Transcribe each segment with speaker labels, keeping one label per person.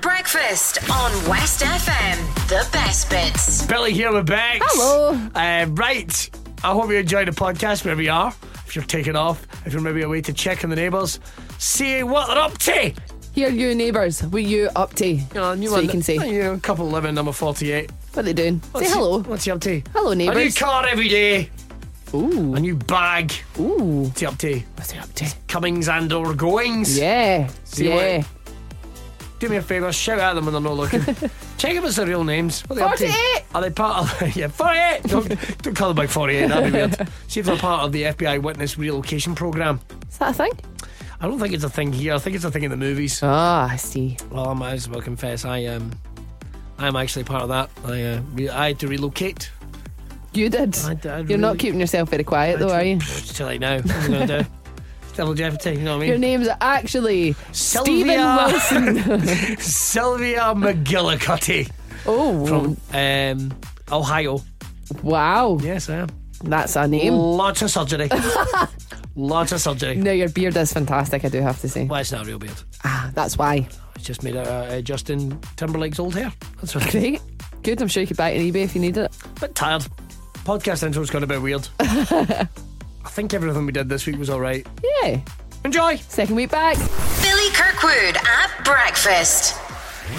Speaker 1: breakfast on West FM. The best bits.
Speaker 2: Billy here with Bex.
Speaker 3: Hello.
Speaker 2: Uh, right. I hope you enjoyed the podcast wherever you are. If you're taking off, if you're maybe away to check on the neighbours, see what they're up to. You
Speaker 3: Here, you neighbours, were you up to?
Speaker 2: know, a new
Speaker 3: so
Speaker 2: one. Oh,
Speaker 3: you can say
Speaker 2: You know, couple living number 48.
Speaker 3: what are they doing.
Speaker 2: What's
Speaker 3: say
Speaker 2: he-
Speaker 3: hello.
Speaker 2: what's he up to?
Speaker 3: Hello,
Speaker 2: A new
Speaker 3: neighbours.
Speaker 2: car every day.
Speaker 3: Ooh,
Speaker 2: A new bag.
Speaker 3: ooh,
Speaker 2: What's he up to?
Speaker 3: what's he up to?
Speaker 2: Comings and or goings.
Speaker 3: Yeah,
Speaker 2: See what-
Speaker 3: yeah.
Speaker 2: Do me a favour, shout at them when they're not looking. Check if it's their real names. What are they up to?
Speaker 3: 48.
Speaker 2: Are they part of yeah, 48? Don't, don't call them by 48, that'd be weird. See if they're part of the FBI witness relocation programme.
Speaker 3: Is that a thing?
Speaker 2: I don't think it's a thing here. I think it's a thing in the movies.
Speaker 3: Ah, I see.
Speaker 2: Well, I might as well confess, I um, I'm actually part of that. I uh, re- I had to relocate.
Speaker 3: You did.
Speaker 2: I did, I
Speaker 3: You're
Speaker 2: really-
Speaker 3: not keeping yourself very quiet, though, are you?
Speaker 2: Till like now, what am I gonna do? It's Double jeopardy, you know what I
Speaker 3: Your
Speaker 2: mean?
Speaker 3: name's actually Stephen
Speaker 2: Sylvia.
Speaker 3: Wilson.
Speaker 2: Sylvia McGillicuddy
Speaker 3: Oh,
Speaker 2: from um, Ohio.
Speaker 3: wow.
Speaker 2: Yes, I am.
Speaker 3: That's a name.
Speaker 2: Lots of surgery. Lots of surgery.
Speaker 3: Now, your beard is fantastic, I do have to say.
Speaker 2: Well, it's not a real beard.
Speaker 3: Ah, that's why.
Speaker 2: It's just made out of uh, Justin Timberlake's old hair. That's what
Speaker 3: Great. Good. I'm sure you could buy it on eBay if you need it.
Speaker 2: bit tired. Podcast intro's gone a bit weird. I think everything we did this week was all right.
Speaker 3: Yeah.
Speaker 2: Enjoy.
Speaker 3: Second week back.
Speaker 1: Billy Kirkwood at breakfast.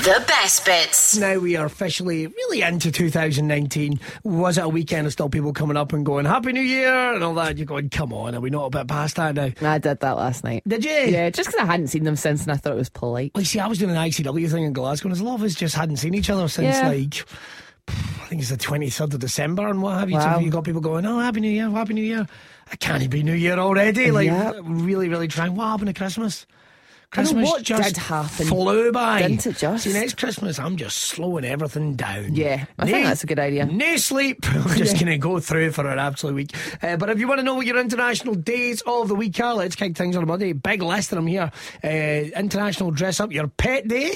Speaker 1: The best bits.
Speaker 2: Now we are officially really into 2019. Was it a weekend of still people coming up and going Happy New Year and all that? You're going, come on, are we not a bit past that now?
Speaker 3: I did that last night.
Speaker 2: Did you?
Speaker 3: Yeah, just because I hadn't seen them since and I thought it was polite.
Speaker 2: Like, see, I was doing an ICW thing in Glasgow, and there's a lot of us just hadn't seen each other since
Speaker 3: Yeah.
Speaker 2: like. I think it's the 23rd of December and what have you.
Speaker 3: Wow.
Speaker 2: So you got people going, oh, Happy New Year, Happy New Year. It can't be New Year already. Like,
Speaker 3: Yeah.
Speaker 2: really, really trying. What happened to Christmas?
Speaker 3: know,
Speaker 2: Christmas
Speaker 3: what
Speaker 2: just
Speaker 3: did happen?
Speaker 2: flew by.
Speaker 3: Didn't it just?
Speaker 2: See, next Christmas, I'm just slowing everything down.
Speaker 3: Yeah, I think that's a good idea.
Speaker 2: No sleep. I'm just going to go through for an absolute week. Uh, but if you want to know what your international days of the week are, let's kick things on a Monday. Big list that I'm here. Uh, international Dress Up Your Pet Day.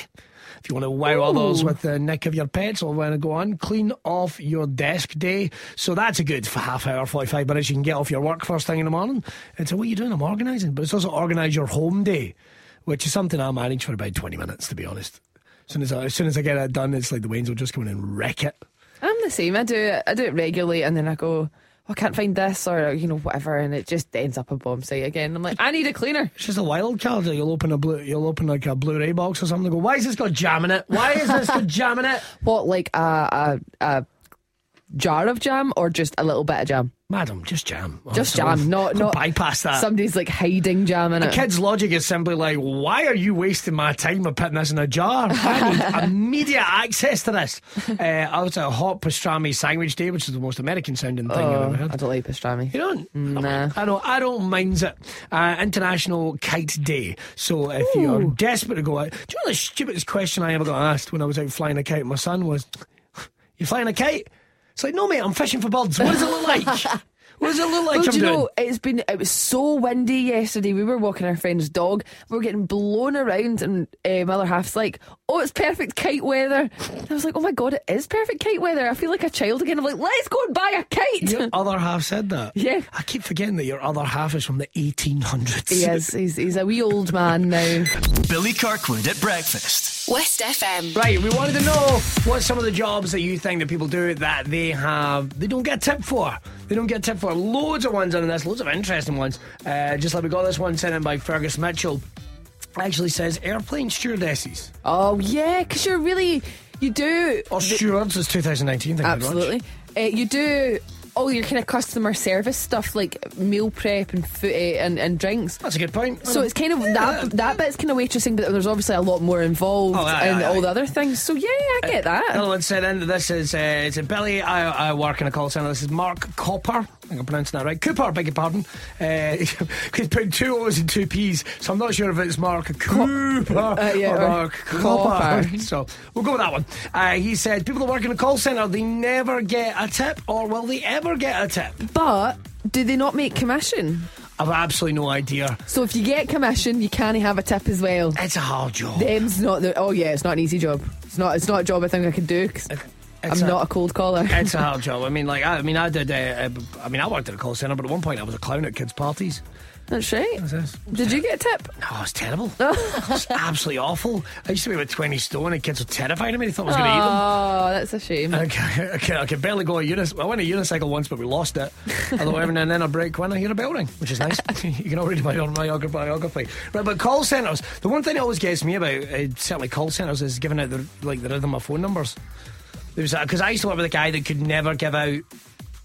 Speaker 2: If you want to wow others with the nick of your pets or want to go on, clean off your desk day. So that's a good f- half hour, 45 minutes you can get off your work first thing in the morning. And so what are you doing? I'm organising. But it's also organise your home day, which is something I manage for about 20 minutes, to be honest. As soon as I, as soon as I get that done, it's like the Waynes will just come in and wreck it.
Speaker 3: I'm the same. I do it. I do it regularly, and then I go, oh, I can't find this, or you know, whatever, and it just ends up a bomb site again. I'm like, I need a cleaner.
Speaker 2: It's just a wild card. that You'll open a blue, you'll open like a Blu-ray box or something. And go, why is this got jam in it? Why is this got jam in it?
Speaker 3: What, like a a, a jar of jam, or just a little bit of jam?
Speaker 2: Madam, just jam. Oh,
Speaker 3: Just
Speaker 2: someone-
Speaker 3: jam, not
Speaker 2: could
Speaker 3: not
Speaker 2: bypass that.
Speaker 3: Somebody's like hiding jam in
Speaker 2: the
Speaker 3: it.
Speaker 2: kid's logic is simply like, why are you wasting my time by putting this in a jar? I need immediate access to this. Uh, I was at a hot pastrami sandwich day, which is the most American sounding thing I've
Speaker 3: Oh,
Speaker 2: ever heard.
Speaker 3: I don't like pastrami.
Speaker 2: You don't?
Speaker 3: Nah.
Speaker 2: I don't. I don't mind it. Uh, International Kite Day. So if you are desperate to go out, do you know the stupidest question I ever got asked when I was out flying a kite? My son was, "You flying a kite?" It's like, no, mate. I'm fishing for birds. What does it look like? what does it look like?
Speaker 3: Well,
Speaker 2: I'm
Speaker 3: do you
Speaker 2: doing?
Speaker 3: know, it's been it was so windy yesterday. We were walking our friend's dog. We were getting blown around, and uh, my other half's like, "Oh, it's perfect kite weather." And I was like, "Oh my god, it is perfect kite weather." I feel like a child again. I'm like, "Let's go and buy a kite."
Speaker 2: Your other half said that.
Speaker 3: Yeah.
Speaker 2: I keep forgetting that your other half is from the 1800s.
Speaker 3: He is. He's, he's a wee old man now.
Speaker 4: Billy Kirkwood at breakfast.
Speaker 1: West FM.
Speaker 2: Right, we wanted to know what some of the jobs that you think that people do that they have they don't get tipped for. They don't get tipped for. Loads of ones on this, loads of interesting ones. Uh, just like we got this one sent in by Fergus Mitchell. Actually says airplane stewardesses
Speaker 3: Oh yeah, because you're really you do
Speaker 2: or stewards is 2019. Thank you very much.
Speaker 3: absolutely. Uh, you do all your kind of customer service stuff like meal prep and food eh, and, and drinks.
Speaker 2: That's a good point.
Speaker 3: So it's kind of that that bit's kind of waitressing, but there's obviously a lot more involved
Speaker 2: Oh, aye,
Speaker 3: and
Speaker 2: aye,
Speaker 3: all
Speaker 2: aye.
Speaker 3: the other things. So yeah, I get that.
Speaker 2: Another one sent in. This is uh, it's a Billy. I, I work in a call centre. This is Mark Copper. I think I'm pronouncing that right. Cooper, beg your pardon. Uh, he's put two O's and two P's, so I'm not sure if it's Mark Cooper
Speaker 3: yeah,
Speaker 2: Uh, or,
Speaker 3: or
Speaker 2: Mark Copper.
Speaker 3: Copper.
Speaker 2: So we'll go with that one. Uh, he said people that work in a call centre they never get a tip, or will they ever get a tip?
Speaker 3: But do they not make commission?
Speaker 2: I've absolutely no idea.
Speaker 3: So if you get commission, you can have a tip as well.
Speaker 2: It's a hard job.
Speaker 3: Them's not the. Oh yeah, it's not an easy job. It's not. It's not a job I think I could do. i
Speaker 2: It's
Speaker 3: I'm not a cold caller.
Speaker 2: It's a hard job. I mean, like, I, I mean, I did. Uh, uh, I mean, I worked at a call centre, but at one point I was a clown at kids' parties.
Speaker 3: That's right.
Speaker 2: What's this?
Speaker 3: Did you get a tip?
Speaker 2: Oh, it's terrible. it's absolutely awful. I used to be about 20 stone and kids were terrified of me. They thought I Uh, was going to eat them.
Speaker 3: Oh, that's a shame.
Speaker 2: I can, I, can, I can barely go a unicycle. I went a unicycle once, but we lost it. Although every now and then I break when I hear a bell ring, which is nice. you can all read my own biography. biography. Right, but call centres. The one thing that always gets me about uh, certainly call centres is giving out the like the rhythm of phone numbers. Because I used to work with a guy that could never give out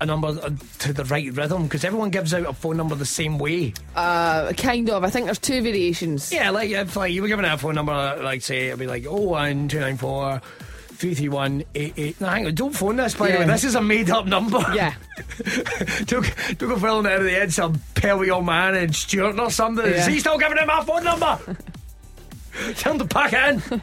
Speaker 2: a number uh, to the right rhythm because everyone gives out a phone number the same way.
Speaker 3: Uh, kind of. I think there's two variations.
Speaker 2: Yeah, like if like you were given a phone number, like say it'd be like oh one two nine four. 33188. No, hang on, don't phone this, by the way.
Speaker 3: Yeah.
Speaker 2: This is a made up number.
Speaker 3: Yeah.
Speaker 2: took, took a fella out of the end, some pelly old man in Stuart or something. Is
Speaker 3: Yeah.
Speaker 2: he still giving out my phone number? Tell him to pack it in.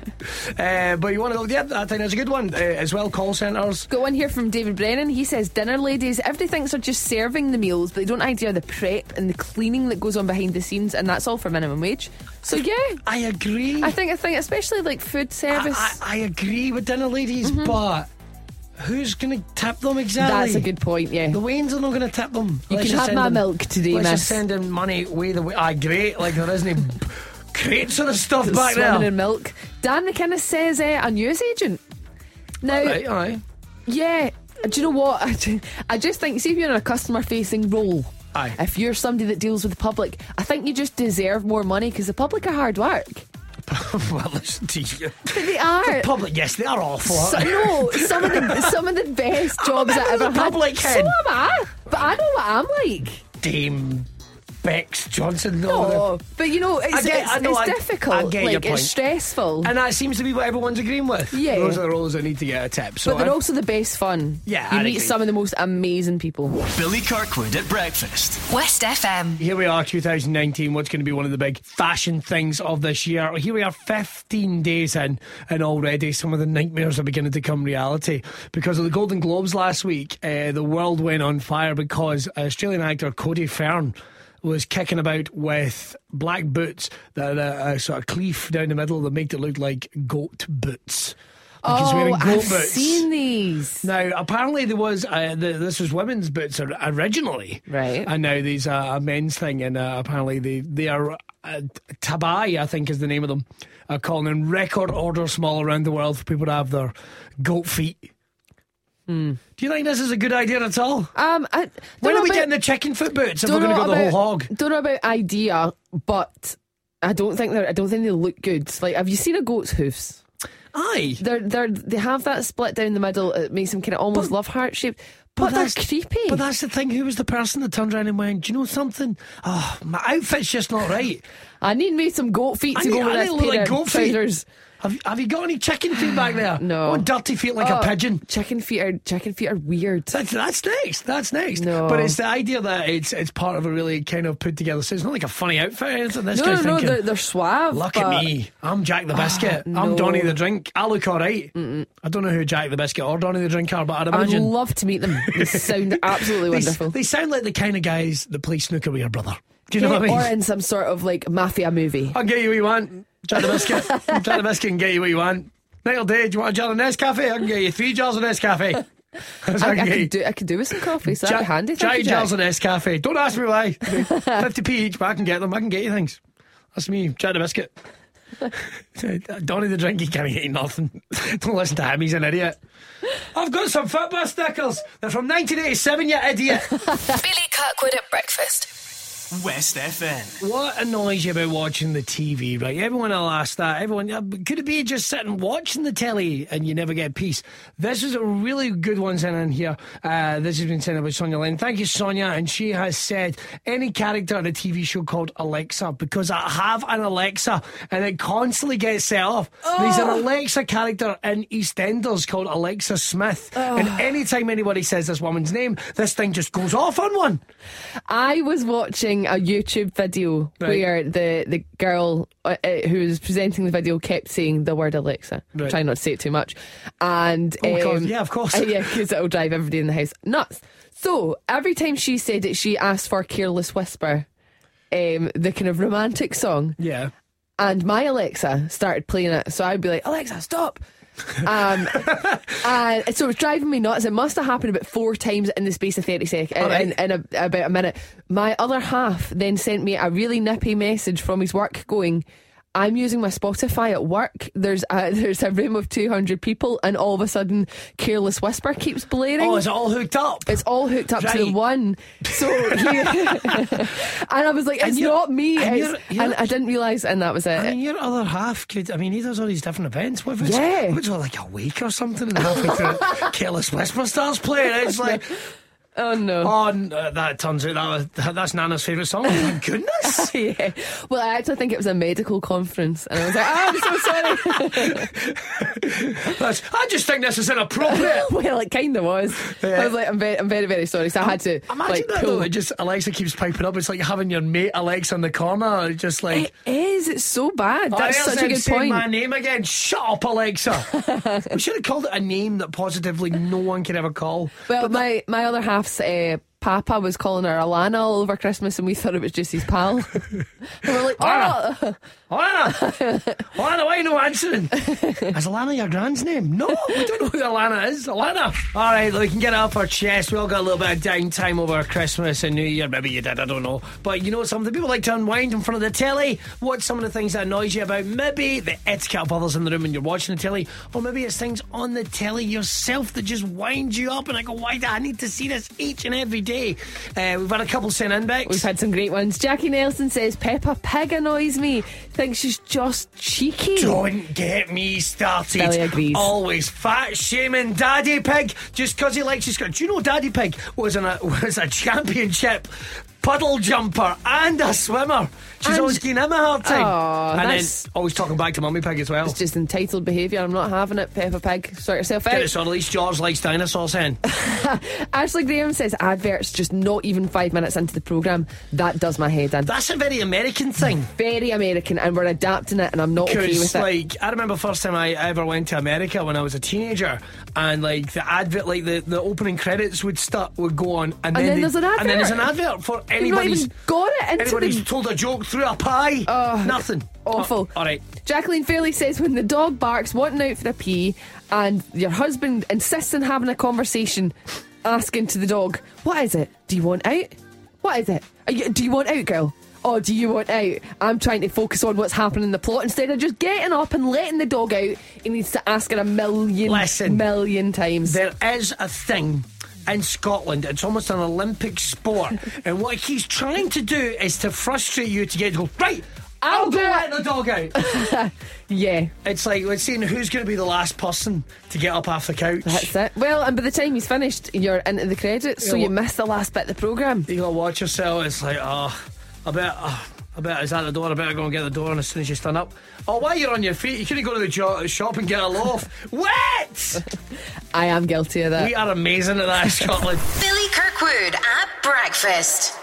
Speaker 2: uh, but you want to go, yeah, I think that's a good one uh, as well. Call centres.
Speaker 3: Got one here from David Brennan. He says dinner ladies, everything thinks they're just serving the meals, but they don't idea the prep and the cleaning that goes on behind the scenes, and that's all for minimum wage. So yeah,
Speaker 2: I agree.
Speaker 3: I think I think especially like food service.
Speaker 2: I, I agree with dinner ladies, but who's going to tip them exactly?
Speaker 3: Mm-hmm. that's a good point. Yeah,
Speaker 2: The Waynes are not going to tip them.
Speaker 3: You can
Speaker 2: just
Speaker 3: have
Speaker 2: send
Speaker 3: my
Speaker 2: them-
Speaker 3: milk today,
Speaker 2: Let's just
Speaker 3: miss.
Speaker 2: send them money way the way. Aye, great. Like there isn't any crates of the stuff back
Speaker 3: swimming
Speaker 2: there.
Speaker 3: in milk. Dan McKinnis says uh, a news agent. Now,
Speaker 2: Right, all right.
Speaker 3: yeah, do you know what? I ju- I just think, see if you're in a customer facing role.
Speaker 2: Aye.
Speaker 3: If you're somebody that deals with the public, I think you just deserve more money because the public are hard work.
Speaker 2: well, listen to you.
Speaker 3: They are.
Speaker 2: Public, yes, they are awful.
Speaker 3: So,
Speaker 2: aren't they?
Speaker 3: no, some of the some of the best jobs
Speaker 2: a
Speaker 3: I
Speaker 2: member of
Speaker 3: ever
Speaker 2: the public,
Speaker 3: had.
Speaker 2: Ken.
Speaker 3: So am I, but I know what I'm like.
Speaker 2: Dame Bex Johnson. No,
Speaker 3: Oh, but you know, it's,
Speaker 2: I get-
Speaker 3: it's,
Speaker 2: I know,
Speaker 3: it's
Speaker 2: I-
Speaker 3: difficult.
Speaker 2: I get your
Speaker 3: like
Speaker 2: point.
Speaker 3: it's stressful,
Speaker 2: and that seems to be what everyone's agreeing with.
Speaker 3: Yeah.
Speaker 2: Those are the roles that need to get a tip. So
Speaker 3: but they're
Speaker 2: I-
Speaker 3: also the best fun.
Speaker 2: Yeah,
Speaker 3: you
Speaker 2: I'd
Speaker 3: meet
Speaker 2: agree.
Speaker 3: some of the most amazing people.
Speaker 4: Billy Kirkwood at breakfast.
Speaker 1: West FM.
Speaker 2: Here we are, 2019. What's going to be one of the big fashion things of this year? Here we are, 15 days in, and already some of the nightmares are beginning to come reality. Because of the Golden Globes last week, uh, the world went on fire because Australian actor Cody Fern was kicking about with black boots that are a, a sort of cleaf down the middle that make it look like goat boots. Like he's wearing
Speaker 3: oh,
Speaker 2: goat
Speaker 3: I've
Speaker 2: boots.
Speaker 3: seen these.
Speaker 2: Now, apparently, there was uh, the, this was women's boots or- originally,
Speaker 3: Right.
Speaker 2: And now these are a men's thing, and uh, apparently they they are uh, tabai, I think is the name of them, are calling in record orders from all around the world for people to have their goat feet. Do you think this is a good idea at all?
Speaker 3: Um, Hmm. I, don't
Speaker 2: When
Speaker 3: know
Speaker 2: are we
Speaker 3: about,
Speaker 2: getting the chicken foot boots? If we're
Speaker 3: don't
Speaker 2: going to
Speaker 3: know
Speaker 2: go the
Speaker 3: about-
Speaker 2: whole hog.
Speaker 3: Don't know about idea, but I don't think they I don't think they look good. Like, have you seen a goat's hoofs?
Speaker 2: Aye.
Speaker 3: They're they're they have that split down the middle. It makes them kind of almost love heart shaped, but, they're
Speaker 2: that's-
Speaker 3: creepy.
Speaker 2: But that's the thing. Who was the person that turned around and went, "Do you know something? Oh, my outfit's just not right."
Speaker 3: I need me some goat feet
Speaker 2: I
Speaker 3: to
Speaker 2: need-
Speaker 3: go
Speaker 2: I
Speaker 3: with
Speaker 2: need
Speaker 3: this
Speaker 2: to look
Speaker 3: pair
Speaker 2: like
Speaker 3: of
Speaker 2: goat feet.
Speaker 3: trousers.
Speaker 2: Have, have you got any chicken feet back there?
Speaker 3: No.
Speaker 2: Oh, dirty feet like
Speaker 3: Oh,
Speaker 2: a pigeon.
Speaker 3: Chicken feet are chicken feet are weird.
Speaker 2: That's, that's next. That's next.
Speaker 3: No.
Speaker 2: But it's the idea that it's it's part of a really kind of put together. So it's not like a funny outfit or anything. This
Speaker 3: no,
Speaker 2: guy's
Speaker 3: no, no,
Speaker 2: thinking,
Speaker 3: they're, they're suave.
Speaker 2: look
Speaker 3: but Ah,
Speaker 2: at me. I'm Jack the Biscuit. I'm
Speaker 3: no.
Speaker 2: Donny the Drink. I look all right. I don't know who Jack the Biscuit or Donny the Drink are, but I'd
Speaker 3: I would
Speaker 2: imagine.
Speaker 3: love to meet them. They sound absolutely
Speaker 2: they,
Speaker 3: wonderful.
Speaker 2: they sound like the kind of guys that play snooker with your brother. Do you know
Speaker 3: Yeah,
Speaker 2: what I mean?
Speaker 3: Or in some sort of like mafia movie.
Speaker 2: I'll get you what you want. Jar of biscuit. jar of biscuit and get you what you want. Night or day, do you want a jar of Nescafe? I can get you three jars of Nescafe. That's what
Speaker 3: I,
Speaker 2: can
Speaker 3: I
Speaker 2: get you.
Speaker 3: could do I could do with some coffee, so
Speaker 2: Gi-
Speaker 3: that'd be handy. Thank you,
Speaker 2: Giant
Speaker 3: Jack.
Speaker 2: jars of Nescafe. Don't ask me why. 50p each, but I can get them. I can get you things. That's me, Jar of Biscuit. Donny the drink, he can't eat nothing. Don't listen to him, he's an idiot. I've got some football stickers. They're from 1987, you idiot.
Speaker 5: Billy Kirkwood at breakfast.
Speaker 4: West FN.
Speaker 2: What annoys you about watching the TV, right? Everyone will ask that. Everyone, uh, could it be just sitting watching the telly and you never get peace? This is a really good one sent in here. Uh, this has been sent in by Sonia Lynn. Thank you, Sonia. And she has said, any character on a TV show called Alexa, because I have an Alexa and it constantly gets set off. There's an Alexa character in EastEnders called Alexa Smith. And anytime anybody says this woman's name, this thing just goes off on one.
Speaker 3: I was watching a YouTube video
Speaker 2: Right.
Speaker 3: where the the girl uh, uh, who was presenting the video kept saying the word Alexa.
Speaker 2: Right.
Speaker 3: Trying not to say it too much, and
Speaker 2: Oh, God,
Speaker 3: um,
Speaker 2: yeah, of course.
Speaker 3: uh, yeah, because it'll drive everybody in the house nuts. So every time she said it, she asked for "Careless Whisper," um, the kind of romantic song,
Speaker 2: Yeah.
Speaker 3: and my Alexa started playing it. So I'd be like, "Alexa, stop." Um, and so it was driving me nuts. It must have happened about four times in the space of 30 seconds,
Speaker 2: All right.
Speaker 3: in, in a, about a minute. My other half then sent me a really nippy message from his work going, I'm using my Spotify at work. There's a, there's a room of 200 people, and all of a sudden, Careless Whisper keeps blaring.
Speaker 2: Oh, is it all hooked up?
Speaker 3: It's all hooked up to the
Speaker 2: Right.
Speaker 3: one. So, he, and I was like,
Speaker 2: And
Speaker 3: "It's
Speaker 2: you're-
Speaker 3: not me."
Speaker 2: and
Speaker 3: it's-
Speaker 2: you're-
Speaker 3: And,
Speaker 2: you're-
Speaker 3: I didn't realize, and that was it.
Speaker 2: I mean, your other half could. I mean, he does all these different events. What if it's,
Speaker 3: Yeah.
Speaker 2: what if it's like a week or something? And halfway through, Careless Whisper starts playing. It's like,
Speaker 3: oh no.
Speaker 2: oh, n- uh, that turns out that was, that- that's Nana's favourite song. Oh, my goodness.
Speaker 3: yeah. Well, I actually think it was a medical conference, and I was like, "Oh, I'm so sorry."
Speaker 2: That's, I just think this is inappropriate.
Speaker 3: well, it kind of was.
Speaker 2: Yeah.
Speaker 3: I was like, "I'm very, I'm very, very sorry." So I had to
Speaker 2: Imagine
Speaker 3: like
Speaker 2: that
Speaker 3: pull.
Speaker 2: though. It just Alexa keeps piping up. It's like having your mate Alexa in the corner, it's just like.
Speaker 3: it is. It's so bad.
Speaker 2: "Oh,
Speaker 3: Eh, That's
Speaker 2: there's
Speaker 3: such a
Speaker 2: them
Speaker 3: good
Speaker 2: saying
Speaker 3: point.
Speaker 2: My name again. Shut up, Alexa. we should have called it a name that positively no one could ever call.
Speaker 3: Well, my my other half's uh, papa was calling her Alana all over Christmas, and we thought it was just his pal. and we're like,
Speaker 2: Alana.
Speaker 3: "Oh."
Speaker 2: Alana, Alana, why no answering? Is Alana your grand's name? No, we don't know who Alana is. Alana. All right, we can get it off our chest. We all got a little bit of downtime over Christmas and New Year. Maybe you did, I don't know. But you know something? People like to unwind in front of the telly. What's some of the things that annoys you about? Maybe the etiquette of others in the room when you're watching the telly, or maybe it's things on the telly yourself that just wind you up. And I go, why do I need to see this each and every day? Uh, we've had a couple sent in, Bex.
Speaker 3: We've had some great ones. Jackie Nelson says Peppa Pig annoys me. Thinks she's just cheeky.
Speaker 2: Don't get me started.
Speaker 3: Billy agrees.
Speaker 2: Always fat shaming Daddy Pig just because he likes his skirt. Do you know Daddy Pig was in a was a championship puddle jumper and a swimmer? She's
Speaker 3: And-
Speaker 2: always giving him a hard time.
Speaker 3: Aw,
Speaker 2: and
Speaker 3: that's-
Speaker 2: then always talking back to Mummy Pig as well.
Speaker 3: It's just entitled behaviour. I'm not having it. Peppa Pig, sort yourself
Speaker 2: Get
Speaker 3: out.
Speaker 2: it sorted. At least George likes dinosaurs then.
Speaker 3: Ashley Graham says adverts just not even five minutes into the programme. That does my head in.
Speaker 2: That's a very American thing.
Speaker 3: Very American, and we're adapting it, and I'm not okay with
Speaker 2: Because,
Speaker 3: it.
Speaker 2: like, I remember first time I ever went to America when I was a teenager, and like the advert, like the, the opening credits would start would go on, and,
Speaker 3: then
Speaker 2: they-
Speaker 3: there's an
Speaker 2: and then there's an
Speaker 3: advert.
Speaker 2: advert for
Speaker 3: You've not
Speaker 2: anybody's
Speaker 3: even got it into
Speaker 2: anybody's
Speaker 3: the Oh,
Speaker 2: told a joke through a pie. Nothing. Oh,
Speaker 3: awful.
Speaker 2: all right.
Speaker 3: Jacqueline Fairley says when the dog barks, wanting out for a pee, and your husband insists on having a conversation, asking to the dog, "What is it? Do you want out? What is it? Are you, do you want out, girl?" Or do you want out? I'm trying to focus on what's happening in the plot instead of just getting up and letting the dog out. He needs to ask her a million,
Speaker 2: Listen.
Speaker 3: million times.
Speaker 2: There is a thing in Scotland. It's almost an Olympic sport, and what he's trying to do is to frustrate you to get to go right.
Speaker 3: I'll
Speaker 2: I'll, go
Speaker 3: do it."
Speaker 2: let the dog out.
Speaker 3: yeah,
Speaker 2: it's like we're seeing who's going to be the last person to get up off the couch.
Speaker 3: that's it. Well, and by the time he's finished, you're into the credits, so
Speaker 2: Yeah,
Speaker 3: you
Speaker 2: well-
Speaker 3: miss the last bit of the programme.
Speaker 2: you gotta watch yourself. It's like, oh, I bet, oh, I bet it's at the door. I better go and get the door. And as soon as you stand up, oh, while you're on your feet, you could go to the jo- shop and get a loaf. Wet!
Speaker 3: I am guilty of that.
Speaker 2: we are amazing at that, in Scotland.
Speaker 1: Billy Kirkwood at breakfast.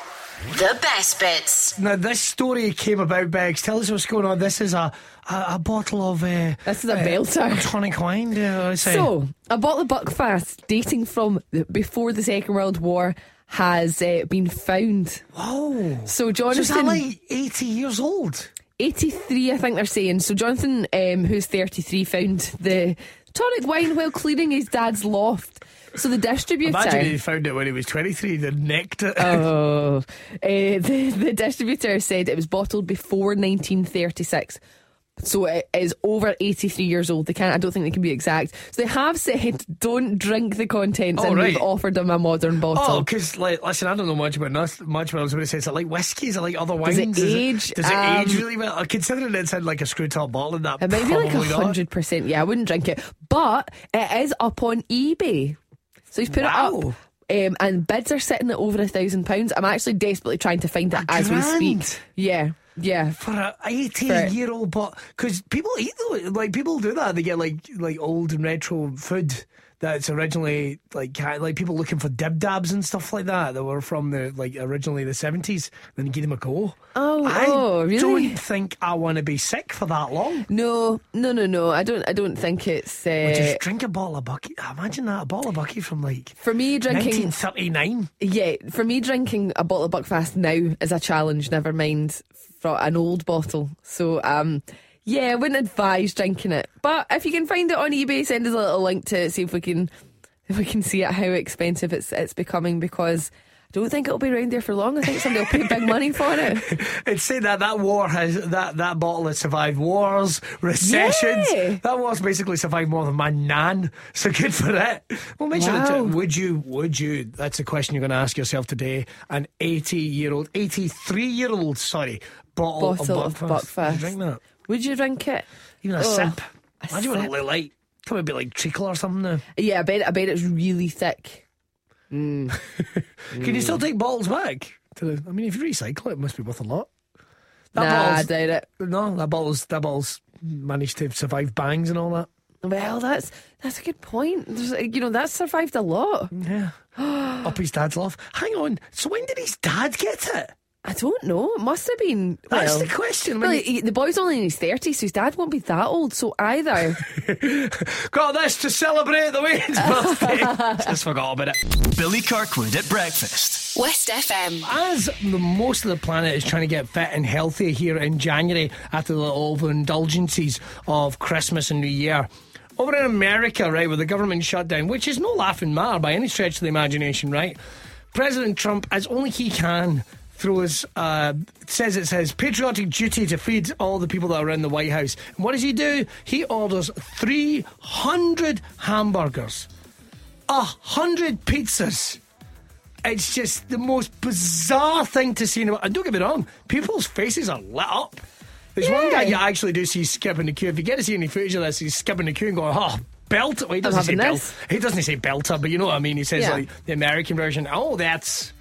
Speaker 1: The best bits.
Speaker 2: now this story came about, Begs. Tell us what's going on. This is a a, a bottle of. Uh,
Speaker 3: This is a
Speaker 2: uh,
Speaker 3: belter.
Speaker 2: Tonic wine. Uh, say.
Speaker 3: So, a bottle of Buckfast dating from the, before the Second World War has uh, been found.
Speaker 2: Whoa.
Speaker 3: So,
Speaker 2: Oh, So
Speaker 3: Jonathan,
Speaker 2: is that like 80 years old?
Speaker 3: 83, I think they're saying. So, Jonathan, um, who's 33, found the tonic wine while cleaning his dad's loft. So, the distributor.
Speaker 2: Imagine he found it when he was 23, the necked it.
Speaker 3: uh, Oh, uh, the, the distributor said it was bottled before 1936. So it is over 83 years old. They can't, I don't think they can be exact. So they have said don't drink the contents
Speaker 2: Oh,
Speaker 3: and
Speaker 2: right.
Speaker 3: they've offered them a modern
Speaker 2: Oh,
Speaker 3: bottle.
Speaker 2: because like, listen, I don't know much about nuts, much about what it says. Like whiskey, is it like other wines?
Speaker 3: it
Speaker 2: Is
Speaker 3: age?
Speaker 2: Does it age
Speaker 3: Um,
Speaker 2: really well? Uh, Considering it's in like a screw top bottle, and that
Speaker 3: it might be like
Speaker 2: probably not.
Speaker 3: 100%. Yeah, I wouldn't drink it. But it is up on eBay. So he's put it
Speaker 2: Wow.
Speaker 3: up. Um, and bids are sitting at over a thousand pounds. I'm actually desperately trying to find it as we
Speaker 2: grand?
Speaker 3: speak. Yeah, yeah.
Speaker 2: For a
Speaker 3: For-
Speaker 2: eighty-year-old bottle, because people eat those, like people do that. They get like like old and retro food that's originally like ca- like people looking for dib dabs and stuff like that that were from the like originally the seventies. Then you give them a go.
Speaker 3: Oh,
Speaker 2: I
Speaker 3: oh, really?
Speaker 2: Don't think I want to be sick for that long.
Speaker 3: No, no, no, no. I don't. I don't think it's uh,
Speaker 2: Just drink a bottle of bucky. Imagine that a bottle of bucky from like
Speaker 3: for me drinking.
Speaker 2: 1939.
Speaker 3: Yeah, for me drinking a bottle of Buckfast now is a challenge. Never mind for an old bottle. So, um, Yeah, I wouldn't advise drinking it. But if you can find it on eBay, send us a little link to it, see if we can if we can see it how expensive it's it's becoming because I don't think it'll be around there for long. I think somebody'll pay big money for it.
Speaker 2: It's saying that that war has that that bottle has survived wars, recessions.
Speaker 3: Yeah.
Speaker 2: That war's basically survived more than my nan. So good for it. Well, mention it to
Speaker 3: Wow.
Speaker 2: would you? Would you? That's a question you're going to ask yourself today. An 80 year old, 83 year old, sorry, bottle,
Speaker 3: Bottle
Speaker 2: of
Speaker 3: of
Speaker 2: Buckfast.
Speaker 3: Buckfast.
Speaker 2: Drink that.
Speaker 3: Would you drink it?
Speaker 2: Even a
Speaker 3: Oh,
Speaker 2: sip.
Speaker 3: a
Speaker 2: Imagine what it
Speaker 3: sip.
Speaker 2: look like. Probably be like treacle or something. Now.
Speaker 3: Yeah, I bet I bet it's really thick.
Speaker 2: Can you
Speaker 3: Mm.
Speaker 2: still take bottles back? To the, I mean, if you recycle it, it must be worth a lot. That
Speaker 3: nah, I
Speaker 2: bottle's-
Speaker 3: doubt it.
Speaker 2: No, that bottle's that bottle's managed to survive bangs and all that.
Speaker 3: Well, that's that's a good point. There's, uh, you know, that's survived a lot.
Speaker 2: Yeah. Up his dad's loft. Hang on. So when did his dad get it?
Speaker 3: I don't know. It must have been.
Speaker 2: That's
Speaker 3: well,
Speaker 2: the question.
Speaker 3: Well,
Speaker 2: When
Speaker 3: he- the boy's only in his 30s, so his dad won't be that old. So either.
Speaker 2: Got this to celebrate the Wayne's birthday. Just forgot about it.
Speaker 4: Billy Kirkwood at breakfast.
Speaker 5: West FM.
Speaker 2: As the most of the planet is trying to get fit and healthy here in January after the overindulgences of Christmas and New Year. Over in America, right, with the government shutdown, which is no laughing matter by any stretch of the imagination, right? President Trump, as only he can, throws uh, says it's his patriotic duty to feed all the people that are in the White House. And what does he do? He orders 300 hamburgers, a hundred pizzas. It's just the most bizarre thing to see. In a, and don't get me wrong, people's faces are lit up. There's one guy you actually do see skipping the queue. If you get to see any footage of this, he's skipping the queue and going, oh, belt. Well, he doesn't say
Speaker 3: having
Speaker 2: belt.
Speaker 3: this.
Speaker 2: He doesn't say belter, but you know what I mean. He says
Speaker 3: Yeah.
Speaker 2: like the American version. Oh, that's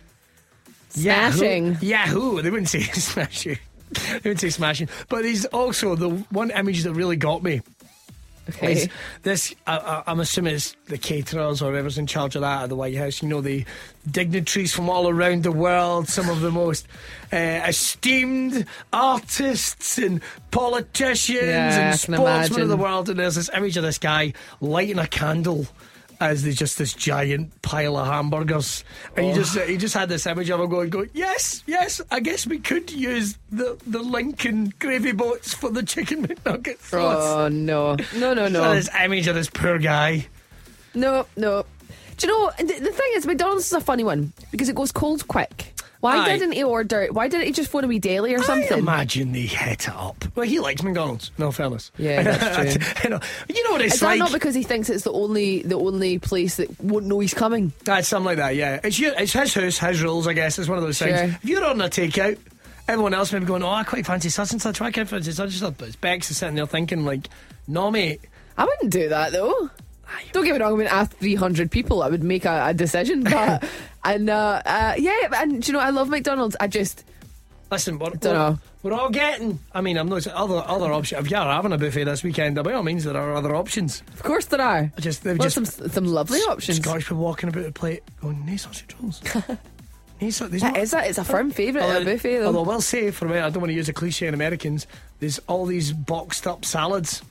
Speaker 3: Smashing.
Speaker 2: Yahoo! They wouldn't say smashing. They wouldn't say smashing. But there's also the one image that really got me. Is
Speaker 3: Okay.
Speaker 2: this, I, I, I'm assuming it's the caterers or whoever's in charge of that at the White House. You know, the dignitaries from all around the world, some of the most uh, esteemed artists and politicians
Speaker 3: Yeah, I
Speaker 2: and
Speaker 3: can
Speaker 2: sportsmen of the
Speaker 3: imagine.
Speaker 2: world. And there's this image of this guy lighting a candle. As there's just this giant pile of hamburgers, and
Speaker 3: Oh.
Speaker 2: you just you just had this image of him going, "Go yes, yes, I guess we could use the the Lincoln gravy boats for the chicken McNuggets." sauce."
Speaker 3: Oh, no. No, no,
Speaker 2: So
Speaker 3: no.
Speaker 2: this image of this poor guy.
Speaker 3: No, no. Do you know, the, the thing is, McDonald's is a funny one because it goes cold quick. Why
Speaker 2: Aye.
Speaker 3: didn't he order? Why didn't he just phone a wee deli or
Speaker 2: I
Speaker 3: something?
Speaker 2: imagine they hit it up. Well, he likes McDonald's. No, fellas.
Speaker 3: Yeah, that's true.
Speaker 2: you, know, you know what it's
Speaker 3: is that
Speaker 2: like.
Speaker 3: not because he thinks it's the only the only place that won't know he's coming?
Speaker 2: Uh, something like that, yeah. It's, your, it's his house, his rules, I guess. It's one of those
Speaker 3: Sure.
Speaker 2: things. If you're on a takeout, everyone else may be going, oh, I quite fancy such and such. Why can't I fancy such and such? But it's Bex is sitting there thinking, like, no, mate.
Speaker 3: I wouldn't do that though. Don't get me wrong. I mean, ask three hundred people, I would make a, a decision. But and uh, uh, yeah, and do you know, I love McDonald's. I just
Speaker 2: Listen, we're,
Speaker 3: Dunno.
Speaker 2: we're, we're all getting. I mean, I'm not other other option. If you're having a buffet this weekend, by all means, there are other options.
Speaker 3: of course there are.
Speaker 2: I just- they've
Speaker 3: well,
Speaker 2: just-
Speaker 3: some some lovely options.
Speaker 2: Scottish people walking about the plate going, nay sausage rolls. Nay sau- there's
Speaker 3: That
Speaker 2: no-
Speaker 3: is a, it's a firm favourite at a
Speaker 2: Although-
Speaker 3: buffet
Speaker 2: Although
Speaker 3: though.
Speaker 2: I will say, for a minute, I don't want to use a cliche on Americans. There's all these boxed up salads.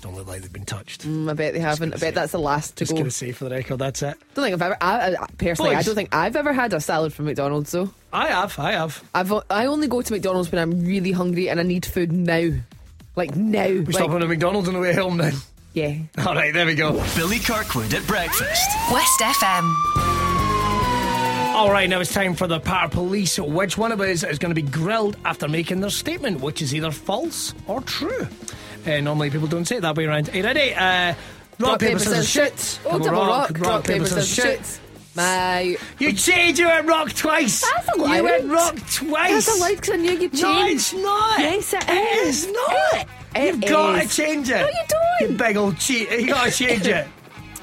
Speaker 2: Don't look like they've been touched.
Speaker 3: Mm, Oh. I bet they haven't. I
Speaker 2: say-
Speaker 3: bet that's the last to
Speaker 2: Just
Speaker 3: go.
Speaker 2: gonna say for the record, that's it.
Speaker 3: Don't think I've ever. I, I, personally, I
Speaker 2: Boys.
Speaker 3: don't think I've ever had a salad from McDonald's though.
Speaker 2: I have, I have.
Speaker 3: I've o- I only go to McDonald's when I'm really hungry and I need food now, like now.
Speaker 2: We
Speaker 3: Like,
Speaker 2: stop on a McDonald's on the way home then.
Speaker 3: yeah.
Speaker 2: All right, there we go.
Speaker 4: Billy Kirkwood at breakfast.
Speaker 5: West FM.
Speaker 2: All right, now it's time for the power police. Which one of us is going to be grilled after making their statement, which is either false or true? Uh, normally, people don't say it that way around. Hey, ready? Uh, rock, paper, scissors, shit.
Speaker 3: Oh,
Speaker 2: Double
Speaker 3: double rock. Rock, paper, scissors, shit. My.
Speaker 2: You changed. You went rock twice.
Speaker 3: That's
Speaker 2: You
Speaker 3: allowed.
Speaker 2: went rock twice.
Speaker 3: That's allowed because I knew you'd change.
Speaker 2: No, it's not.
Speaker 3: Yes, it
Speaker 2: It
Speaker 3: is.
Speaker 2: is not.
Speaker 3: It
Speaker 2: You've got to
Speaker 3: is.
Speaker 2: change it.
Speaker 3: No, you don't.
Speaker 2: You big old cheat. You got to change it.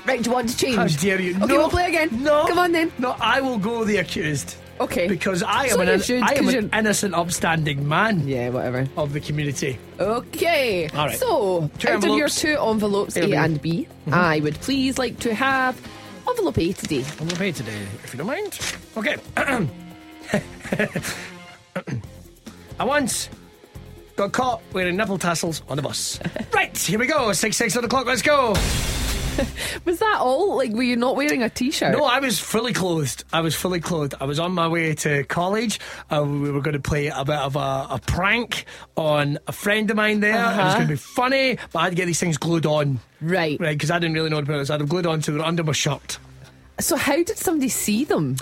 Speaker 3: Right, do you want to change?
Speaker 2: How dare you?
Speaker 3: Okay,
Speaker 2: no,
Speaker 3: we'll play again.
Speaker 2: No,
Speaker 3: Come on then.
Speaker 2: No, I will go the accused.
Speaker 3: Okay.
Speaker 2: Because I am
Speaker 3: So
Speaker 2: an
Speaker 3: you should,
Speaker 2: I am
Speaker 3: 'cause
Speaker 2: an
Speaker 3: you're-
Speaker 2: innocent, upstanding man
Speaker 3: Yeah, whatever.
Speaker 2: of the community.
Speaker 3: Okay.
Speaker 2: All right.
Speaker 3: So,
Speaker 2: Two
Speaker 3: out of your
Speaker 2: envelopes.
Speaker 3: two envelopes,
Speaker 2: It'll
Speaker 3: A
Speaker 2: be-
Speaker 3: and B,
Speaker 2: Mm-hmm.
Speaker 3: I would please like to have envelope A today.
Speaker 2: I'm gonna pay today, if you don't mind. Okay. I once got caught wearing nipple tassels on the bus. right, here we go. Six six on the clock. Let's go.
Speaker 3: Was that all? Like, were you not wearing a t-shirt?
Speaker 2: No, I was fully clothed. I was fully clothed. I was on my way to college. Uh, we were going to play a bit of a, a prank on a friend of mine there. It was
Speaker 3: Uh-huh.
Speaker 2: going to be funny, but I had to get these things glued on.
Speaker 3: Right.
Speaker 2: Right, because I didn't really know what to put it. So I had them glued on, so they were under my shirt.
Speaker 3: So how did somebody see them?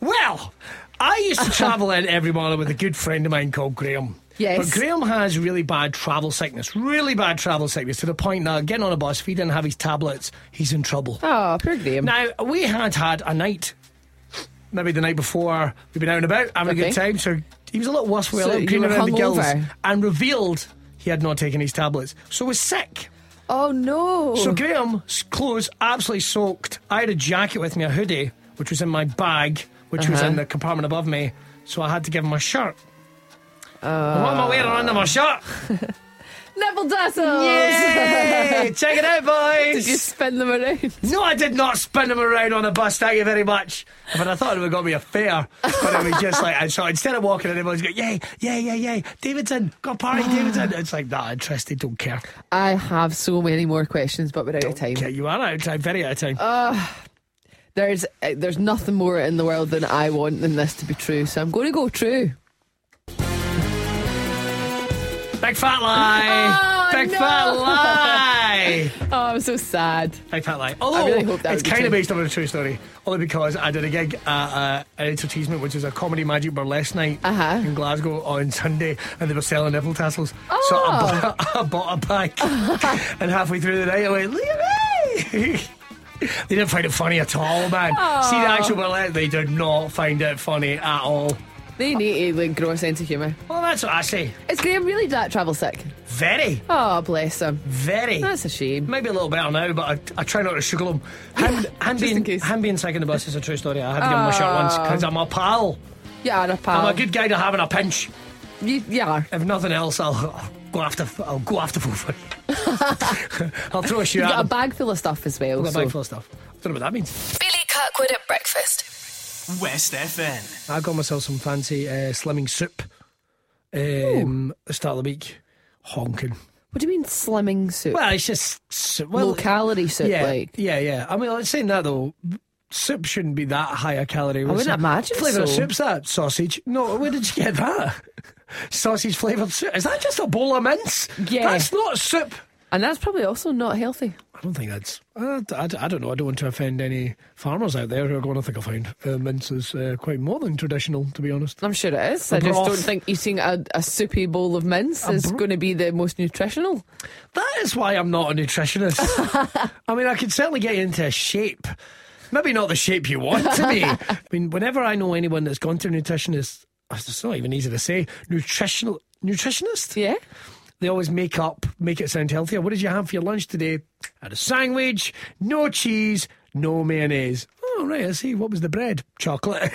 Speaker 2: Well, I used to travel in every morning with a good friend of mine called Graham.
Speaker 3: Yes.
Speaker 2: But Graham has really bad travel sickness, really bad travel sickness, to the point that getting on a bus, if he didn't have his tablets, he's in trouble.
Speaker 3: Oh, poor Graham.
Speaker 2: Now, we had had a night, maybe the night before, we've been out and about, having a
Speaker 3: Okay.
Speaker 2: good time, so he was a little worse with a
Speaker 3: So
Speaker 2: little
Speaker 3: you
Speaker 2: green
Speaker 3: were
Speaker 2: around the gills,
Speaker 3: hungover?
Speaker 2: and revealed he had not taken his tablets, so was sick.
Speaker 3: Oh no.
Speaker 2: So Graham's clothes absolutely soaked. I had a jacket with me, a hoodie, which was in my bag, which was
Speaker 3: Uh-huh.
Speaker 2: in the compartment above me. So I had to give him a shirt.
Speaker 3: Oh.
Speaker 2: And what am I wearing under my shirt?
Speaker 3: Neville Dazzle.
Speaker 2: Yay! Check it out, boys.
Speaker 3: Oh. Did you spin them around?
Speaker 2: No, I did not spin him around on a bus. Thank you very much. But I thought it would got me a fare. But it was just like, and so instead of walking, in, everyone's going, yay, yay, yay, yay, Davidson, got party, Davidson. It's like, nah, interested, don't care.
Speaker 3: I have so many more questions, but we're out of time.
Speaker 2: Yeah, you are out of time, very out of time.
Speaker 3: There's uh, there's nothing more in the world than I want than this to be true. So I'm going to go true.
Speaker 2: Big fat lie.
Speaker 3: Oh,
Speaker 2: Big
Speaker 3: no.
Speaker 2: fat lie.
Speaker 3: Oh, I'm so sad.
Speaker 2: Big fat lie. Although
Speaker 3: really hope that
Speaker 2: it's
Speaker 3: would be
Speaker 2: kind of
Speaker 3: true.
Speaker 2: based on a true story, only because I did a gig at uh, an entertainment, which is a comedy magic burlesque night
Speaker 3: Uh-huh.
Speaker 2: in Glasgow on Sunday, and they were selling nipple tassels. So I
Speaker 3: Oh.
Speaker 2: bought, I bought a pack, and halfway through the night, I went, "Look at me." They didn't find it funny at all, man. See the actual burlesque, they did not find it funny at all.
Speaker 3: They need to like grow a sense of humour.
Speaker 2: Well, that's what I say.
Speaker 3: Is Graham really that travel sick?
Speaker 2: Very,
Speaker 3: Oh, bless him.
Speaker 2: very.
Speaker 3: That's a shame.
Speaker 2: Maybe a little better now, but I, I try not to sugar them. Him, him,
Speaker 3: in
Speaker 2: being,
Speaker 3: case. Ah.
Speaker 2: him being sick in the bus is a true story. I had to give him a shot once because I'm a pal.
Speaker 3: You are a pal.
Speaker 2: I'm a good guy to have in a pinch.
Speaker 3: You, you are.
Speaker 2: If nothing else, I'll, I'll go after. I'll go after full free. I'll throw a shoe
Speaker 3: You
Speaker 2: at
Speaker 3: got a
Speaker 2: him.
Speaker 3: bag full of stuff as well.
Speaker 2: I've got a
Speaker 3: so-
Speaker 2: bag full of stuff. I don't know what that means.
Speaker 5: Billy Kirkwood at breakfast.
Speaker 4: West FN.
Speaker 2: I got myself some fancy uh, slimming soup. Um, at the start of the week, honking.
Speaker 3: What do you mean slimming soup?
Speaker 2: Well, it's just soup. well,
Speaker 3: Low calorie soup,
Speaker 2: yeah,
Speaker 3: like.
Speaker 2: yeah, yeah. I mean, like, saying that though, soup shouldn't be that high a calorie.
Speaker 3: wouldn't imagine
Speaker 2: Flavour of
Speaker 3: so.
Speaker 2: soup's that sausage. No, where did you get that? Sausage flavoured soup. Is that just a bowl of mince?
Speaker 3: Yeah.
Speaker 2: That's not soup.
Speaker 3: And that's probably also not healthy.
Speaker 2: I don't think that's. I, I, I don't know. I don't want to offend any farmers out there who are going. I think I find uh, mince is uh, quite more than traditional, to be honest.
Speaker 3: I'm sure it is.
Speaker 2: A
Speaker 3: I just
Speaker 2: broth.
Speaker 3: don't think eating a, a soupy bowl of mince is
Speaker 2: bro-
Speaker 3: going to be the most nutritional.
Speaker 2: That is why I'm not a nutritionist. I mean, I could certainly get you into shape. Maybe not the shape you want to be. I mean, whenever I know anyone that's gone to a nutritionist, oh, it's not even easy to say, nutritional nutritionist,
Speaker 3: Yeah.
Speaker 2: they always make up, make it sound healthier. What did you have for your lunch today? I had a sandwich, no cheese, no mayonnaise. Oh, right, I see. What was the bread? Chocolate.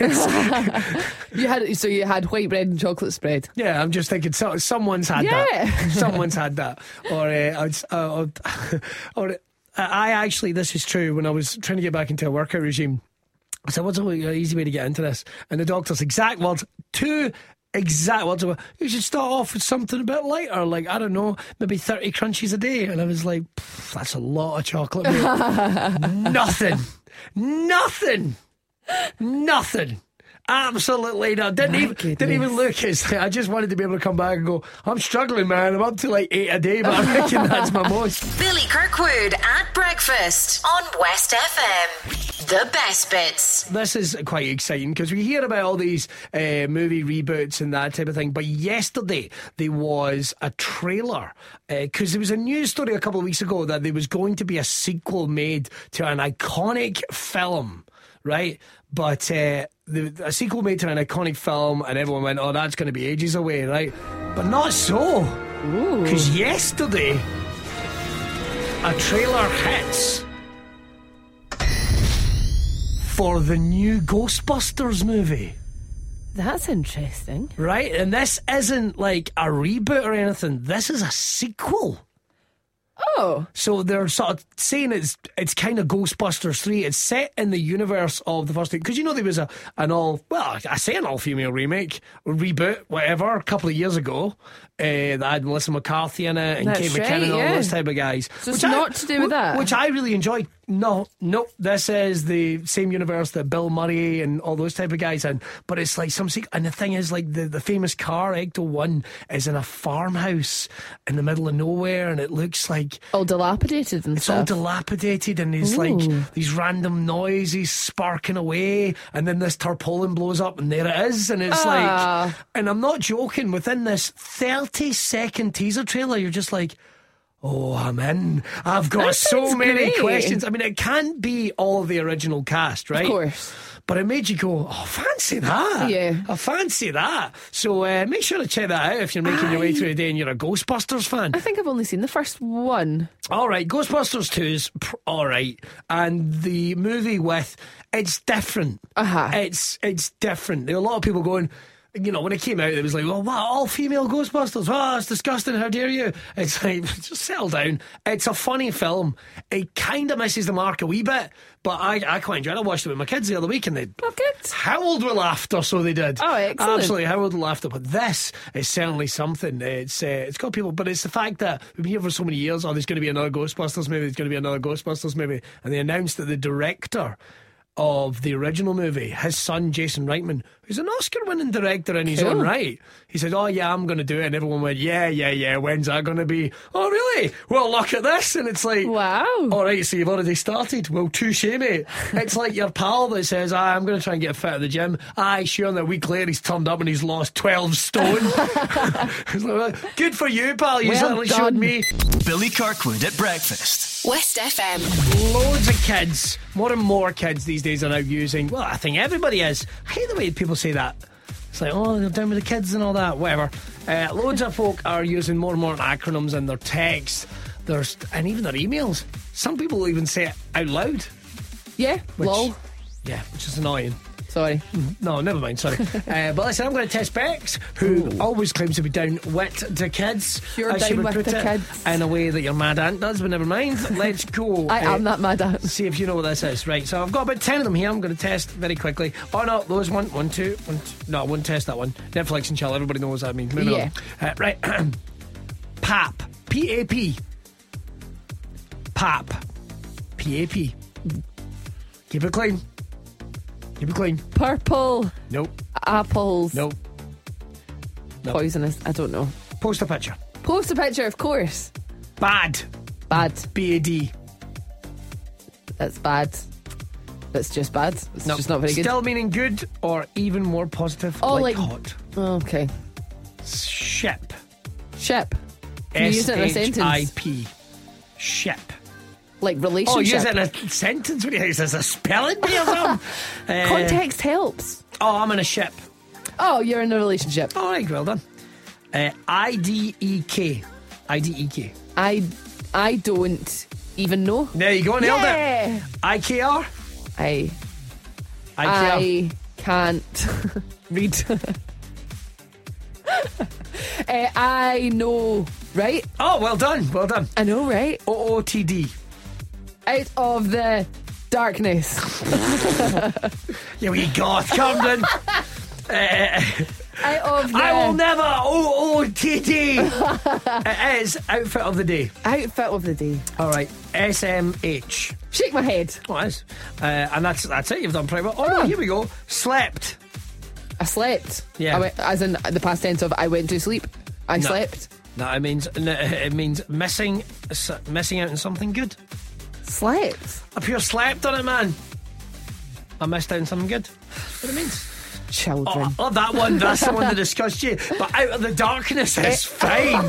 Speaker 3: You had so you had white bread and chocolate spread.
Speaker 2: Yeah, I'm just thinking so, someone's had
Speaker 3: Yeah.
Speaker 2: that. Someone's had that. Or, uh, I'd s- uh, or, or I actually, this is true, when I was trying to get back into a workout regime, I said, what's an easy way to get into this? And the doctor's exact words, two exact words were, you should start off with something a bit lighter, like, I don't know, maybe 30 crunchies a day. And I was like, "Pff, that's a lot of chocolate, mate. Nothing. Nothing. Nothing. Absolutely not. Didn't even didn't even look. It's like, I just wanted to be able to come back and go. I'm struggling, man. I'm up to like eight a day, but I reckon that's my most.
Speaker 1: Billy Kirkwood at breakfast on West FM. The best bits.
Speaker 2: This is quite exciting because we hear about all these uh, movie reboots and that type of thing. But yesterday there was a trailer because there was a news story a couple of weeks ago that there was going to be a sequel made to an iconic film, right? But uh, the, a sequel made to an iconic film, and everyone went, "Oh, that's going to be ages away," right? But not so. Because yesterday, a trailer hits for the new Ghostbusters movie,
Speaker 3: That's interesting.
Speaker 2: right? And this isn't like a reboot or anything, this is a sequel.
Speaker 3: Oh.
Speaker 2: So they're sort of saying it's it's kind of Ghostbusters three. It's set in the universe of the first two because you know there was a an all well I say an all female remake reboot whatever a couple of years ago uh, that had Melissa McCarthy in it and
Speaker 3: That's
Speaker 2: Kate McKinnon
Speaker 3: right,
Speaker 2: and all
Speaker 3: yeah.
Speaker 2: those type of guys.
Speaker 3: So it's
Speaker 2: Which
Speaker 3: not to do with
Speaker 2: wh-
Speaker 3: that?
Speaker 2: Which I really enjoyed. No, no, this is the same universe that Bill Murray and all those type of guys in. But it's like some secret. And the thing is, like the, the famous car Ecto One is in a farmhouse in the middle of nowhere, and it looks like
Speaker 3: All dilapidated and
Speaker 2: it's all
Speaker 3: stuff.
Speaker 2: dilapidated and there's
Speaker 3: Ooh.
Speaker 2: like these random noises sparking away and then this tarpaulin blows up and there it is and it's like
Speaker 3: Ah.
Speaker 2: and I'm not joking within this 30 second teaser trailer you're just like Oh, I'm in. I've got
Speaker 3: That
Speaker 2: so
Speaker 3: sounds
Speaker 2: many
Speaker 3: great.
Speaker 2: questions. I mean, it can't be all the original cast, right?
Speaker 3: course.
Speaker 2: But it made you go, oh, fancy that.
Speaker 3: Yeah.
Speaker 2: I fancy that. So uh, make sure to check that out if you're making your way
Speaker 3: Aye.
Speaker 2: through the day and you're a Ghostbusters fan.
Speaker 3: I think I've only seen the first one.
Speaker 2: All right, Ghostbusters 2 is pr- all right, and the movie with it's different.
Speaker 3: Uh-huh.
Speaker 2: It's it's different. There are a lot of people going. You know, when it came out, it was like, "Well, wow, all female Ghostbusters! Oh, it's disgusting! How dare you!" It's like, just settle down. It's a funny film. It kind of misses the mark a wee bit, but I, I quite enjoyed. it. I watched it with my kids the other week, and they
Speaker 3: Oh, good.
Speaker 2: howled with laughter. So they did.
Speaker 3: Oh, excellent.
Speaker 2: Absolutely howled with laughter. But this is certainly something. It's uh, it's got people, but it's the fact that we've been here for so many years. Oh, there's going to be another Ghostbusters movie. There's going to be another Ghostbusters movie, and they announced that the director. Of the original movie, his son Jason Reitman, who's an Oscar-winning director in his own
Speaker 3: Cool.
Speaker 2: right, he said, "Oh yeah, I'm going to do it," and everyone went, "Yeah, yeah, yeah." When's that going to be? Oh really? Well, look at this, and it's like,
Speaker 3: Wow.
Speaker 2: all right, so you've already started. Well, touche, mate. It's like your pal that says, "Ah, I'm going to try and get fit at the gym. Aye, sure, and a week later he's turned up and he's lost 12 stone. It's like, well, Good for you, pal. You
Speaker 3: Well
Speaker 2: certainly showed
Speaker 3: done.
Speaker 2: me.
Speaker 4: Billy Kirkwood at breakfast.
Speaker 5: West FM.
Speaker 2: Loads of kids, more and more kids these days are now using, well, I think everybody is. I hate the way people say that. It's like, oh, they're down with the kids and all that, whatever. Uh, loads of folk are using more and more acronyms in their texts, there's, and even their emails. Some people even say it out loud.
Speaker 3: Yeah.
Speaker 2: Which,
Speaker 3: Lol.
Speaker 2: Yeah, which is annoying.
Speaker 3: Sorry.
Speaker 2: No, never mind, sorry. uh, but listen, I'm going to test Bex, who always claims to be down with the kids.
Speaker 3: You're
Speaker 2: I should
Speaker 3: down with
Speaker 2: put
Speaker 3: the
Speaker 2: it
Speaker 3: kids.
Speaker 2: In a way that your mad aunt does, but never mind. Let's go.
Speaker 3: I
Speaker 2: uh,
Speaker 3: am that mad at.
Speaker 2: See if you know what this is. Right, so I've got about 10 of them here. I'm going to test very quickly. Oh, no, those one, one, two, one, two. No, I won't test that one. Netflix and chill, everybody knows what that means. Moving
Speaker 3: Yeah.
Speaker 2: on. Uh, right, PAP. P A P. PAP. P A P. Keep it clean. Keep it clean.
Speaker 3: Purple
Speaker 2: Nope.
Speaker 3: apples.
Speaker 2: Nope. No.
Speaker 3: Poisonous. I don't know.
Speaker 2: Post a picture.
Speaker 3: Post a picture, of course.
Speaker 2: Bad.
Speaker 3: Bad.
Speaker 2: B A D.
Speaker 3: That's bad. That's just bad. It's just not very good.
Speaker 2: Still meaning good or even more positive.
Speaker 3: Oh,
Speaker 2: like,
Speaker 3: like-
Speaker 2: hot.
Speaker 3: okay.
Speaker 2: Ship.
Speaker 3: Ship. Can you
Speaker 2: S
Speaker 3: use it in a
Speaker 2: H
Speaker 3: sentence?
Speaker 2: I P. Ship.
Speaker 3: Like relationship.
Speaker 2: Oh, use it in a sentence? What do you think? Is this a spelling bee or something? Uh,
Speaker 3: Context helps.
Speaker 2: Oh, I'm in a ship.
Speaker 3: Oh, you're in a relationship.
Speaker 2: All right, well done. Uh, I D E K. I D E K.
Speaker 3: I I don't even know.
Speaker 2: There you go, nailed
Speaker 3: Yeah.
Speaker 2: it. I K R.
Speaker 3: I
Speaker 2: I K
Speaker 3: I can't read. Eh, I know, right?
Speaker 2: R. Oh, well done, well done.
Speaker 3: I know, right?
Speaker 2: O O T D.
Speaker 3: Out of the darkness.
Speaker 2: Yeah, we got Camden.
Speaker 3: Out of the
Speaker 2: I Uh, will never OOTD. it is outfit of the day.
Speaker 3: outfit of the day.
Speaker 2: All right, SMH.
Speaker 3: Shake my head.
Speaker 2: Oh, that is. Uh, and that's that's it. You've done pretty well. Oh, no,
Speaker 3: Oh.
Speaker 2: here we go. Slept.
Speaker 3: I slept.
Speaker 2: Yeah.
Speaker 3: I went, as in the past tense of I went to sleep. I
Speaker 2: No.
Speaker 3: slept.
Speaker 2: No, it means no, it means missing s- missing out on something good.
Speaker 3: Slept.
Speaker 2: I pure slept on it, man. I missed out on something good. That's what it means. Oh,
Speaker 3: Children.
Speaker 2: I love that one. That's the one that disgusts you. But out of the darkness
Speaker 3: Eh.
Speaker 2: is fine.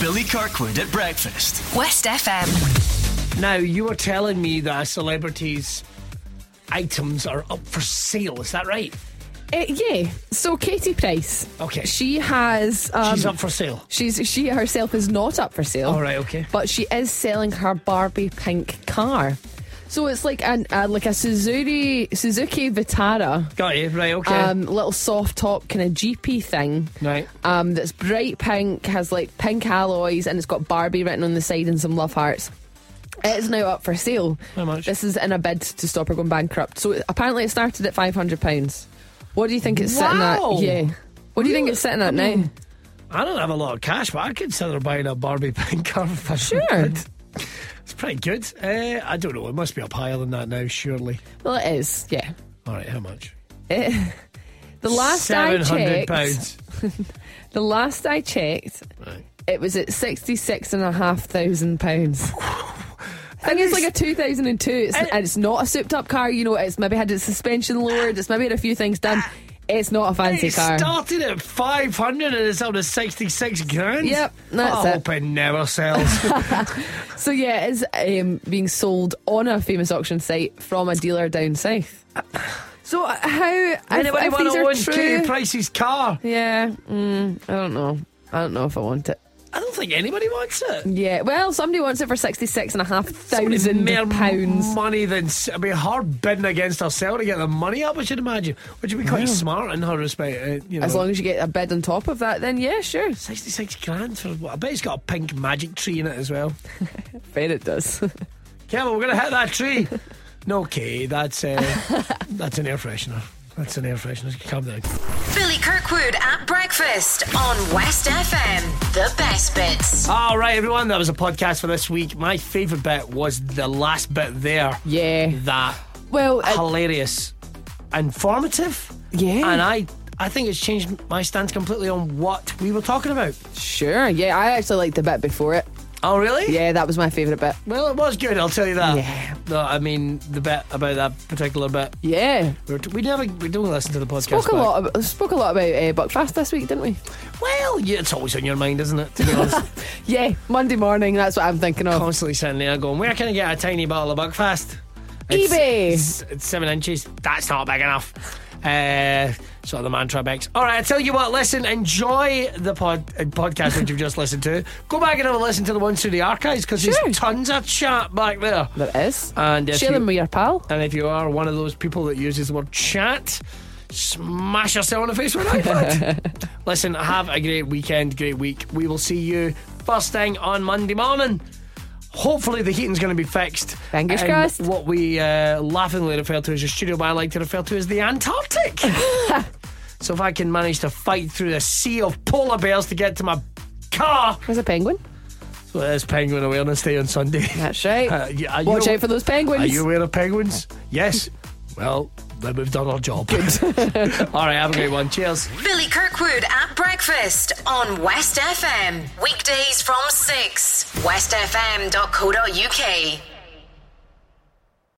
Speaker 4: Billy Kirkwood at breakfast.
Speaker 5: West FM.
Speaker 2: Now you were telling me that a celebrity's items are up for sale. Is that right?
Speaker 3: Eh, yeah. So Katie Price.
Speaker 2: Okay.
Speaker 3: She has. Um,
Speaker 2: She's up for sale.
Speaker 3: She's she herself is not up for sale.
Speaker 2: All right, okay.
Speaker 3: But she is selling her Barbie pink car. So it's like an uh, like a Suzuki Suzuki Vitara,
Speaker 2: Got you. Right, okay.
Speaker 3: um, little soft top kind of GP thing.
Speaker 2: right.
Speaker 3: Um, that's bright pink, has like pink alloys, and it's got Barbie written on the side and some love hearts. It is now up for sale.
Speaker 2: How much?
Speaker 3: This is in a bid to stop her going bankrupt. So it- apparently it started at five hundred pounds. What do you think it's
Speaker 2: Wow.
Speaker 3: sitting at? Yeah. What do you think it's sitting at now?
Speaker 2: I don't have a lot of cash, but I consider buying a Barbie pink car for
Speaker 3: Sure.
Speaker 2: It's pretty good. Uh, I don't know. It must be up higher than that now, surely.
Speaker 3: Well, it is. Yeah.
Speaker 2: All right, how much?
Speaker 3: It- the last I
Speaker 2: Seven hundred
Speaker 3: checked,
Speaker 2: pounds.
Speaker 3: the last I checked,
Speaker 2: Right.
Speaker 3: it was at sixty-six and a half thousand pounds. I think it's like a 2002. It's,
Speaker 2: And-
Speaker 3: and it's not a souped-up car. You know, it's maybe had its suspension lowered. It's maybe had a few things done. It's not a fancy
Speaker 2: It
Speaker 3: car.
Speaker 2: started at five hundred and it's up to sixty-six grand.
Speaker 3: Yep, that's
Speaker 2: I
Speaker 3: it.
Speaker 2: hope it never sells.
Speaker 3: So yeah, it is um, being sold on a famous auction site from a dealer down south. So uh, how if, oh
Speaker 2: Anybody
Speaker 3: if
Speaker 2: want
Speaker 3: these
Speaker 2: to
Speaker 3: are
Speaker 2: own
Speaker 3: true?
Speaker 2: Kitty Price's car?
Speaker 3: yeah, mm, I don't know. I don't know if I want it.
Speaker 2: I don't think anybody wants it.
Speaker 3: Yeah, well, somebody wants it for sixty-six and a half
Speaker 2: Somebody
Speaker 3: thousand
Speaker 2: more
Speaker 3: pounds.
Speaker 2: money than s- I mean, her bidding against herself to get the money up. I should imagine, which would be quite smart in her respect. Uh, you know,
Speaker 3: As long as you get a bid on top of that, then yeah, sure.
Speaker 2: sixty-six grand for. I bet it's got a pink magic tree in it as well.
Speaker 3: Bet it does.
Speaker 2: Kevin, we're gonna hit that tree. no, okay, that's uh, that's an air freshener. That's an air freshener. Calm down.
Speaker 1: Billy Kirkwood at breakfast on West FM. The best bits.
Speaker 2: All right, everyone, that was a podcast for this week. My favourite bit was the last bit there.
Speaker 3: Yeah.
Speaker 2: That
Speaker 3: Well, uh,
Speaker 2: hilarious, informative.
Speaker 3: Yeah.
Speaker 2: And I, I think it's changed my stance completely on what we were talking about.
Speaker 3: sure. Yeah, I actually liked the bit before it.
Speaker 2: Oh, really?
Speaker 3: Yeah, that was my favourite bit.
Speaker 2: Well, it was good. I'll tell you that.
Speaker 3: Yeah.
Speaker 2: No, I mean the bit about that particular bit.
Speaker 3: Yeah,
Speaker 2: We were t- We never, we don't listen to the podcast.
Speaker 3: spoke a
Speaker 2: back.
Speaker 3: lot. About, spoke a lot about uh, Buckfast this week, didn't we?
Speaker 2: Well, yeah, it's always on your mind, isn't it? To be honest.
Speaker 3: Yeah, Monday morning. That's what I'm thinking of.
Speaker 2: constantly sitting there going, where can I get a tiny bottle of Buckfast? It's-
Speaker 3: eBay.
Speaker 2: It's, it's seven inches. That's not big enough. Uh, sort of the mantra begs. All right, I tell you what. Listen, enjoy the pod, uh, podcast that you've just listened to. Go back and have a listen to the ones through the archives because
Speaker 3: Sure.
Speaker 2: there's tons of chat back there.
Speaker 3: There is.
Speaker 2: And if
Speaker 3: Share
Speaker 2: you-
Speaker 3: them with your pal.
Speaker 2: And if you are one of those people that uses the word chat, smash yourself on the face with an iPad. Listen, have a great weekend, great week. We will see you first thing on Monday morning. Hopefully, the heating's going to be fixed.
Speaker 3: Fingers
Speaker 2: And
Speaker 3: crossed.
Speaker 2: What we uh, laughingly refer to as a studio, but I like to refer to as the Antarctic. so if I can manage to fight through a sea of polar bears to get to my car,
Speaker 3: There's a penguin.
Speaker 2: so there's Penguin Awareness Day on Sunday.
Speaker 3: That's right.
Speaker 2: Uh, yeah, are you
Speaker 3: Watch
Speaker 2: aw-
Speaker 3: out for those
Speaker 2: are
Speaker 3: penguins.
Speaker 2: you aware of penguins? Yes. Well, then we've done our job. All right, have a great one. Cheers.
Speaker 1: Billy Kirkwood at breakfast on West FM. Weekdays from 6. Westfm.co.uk.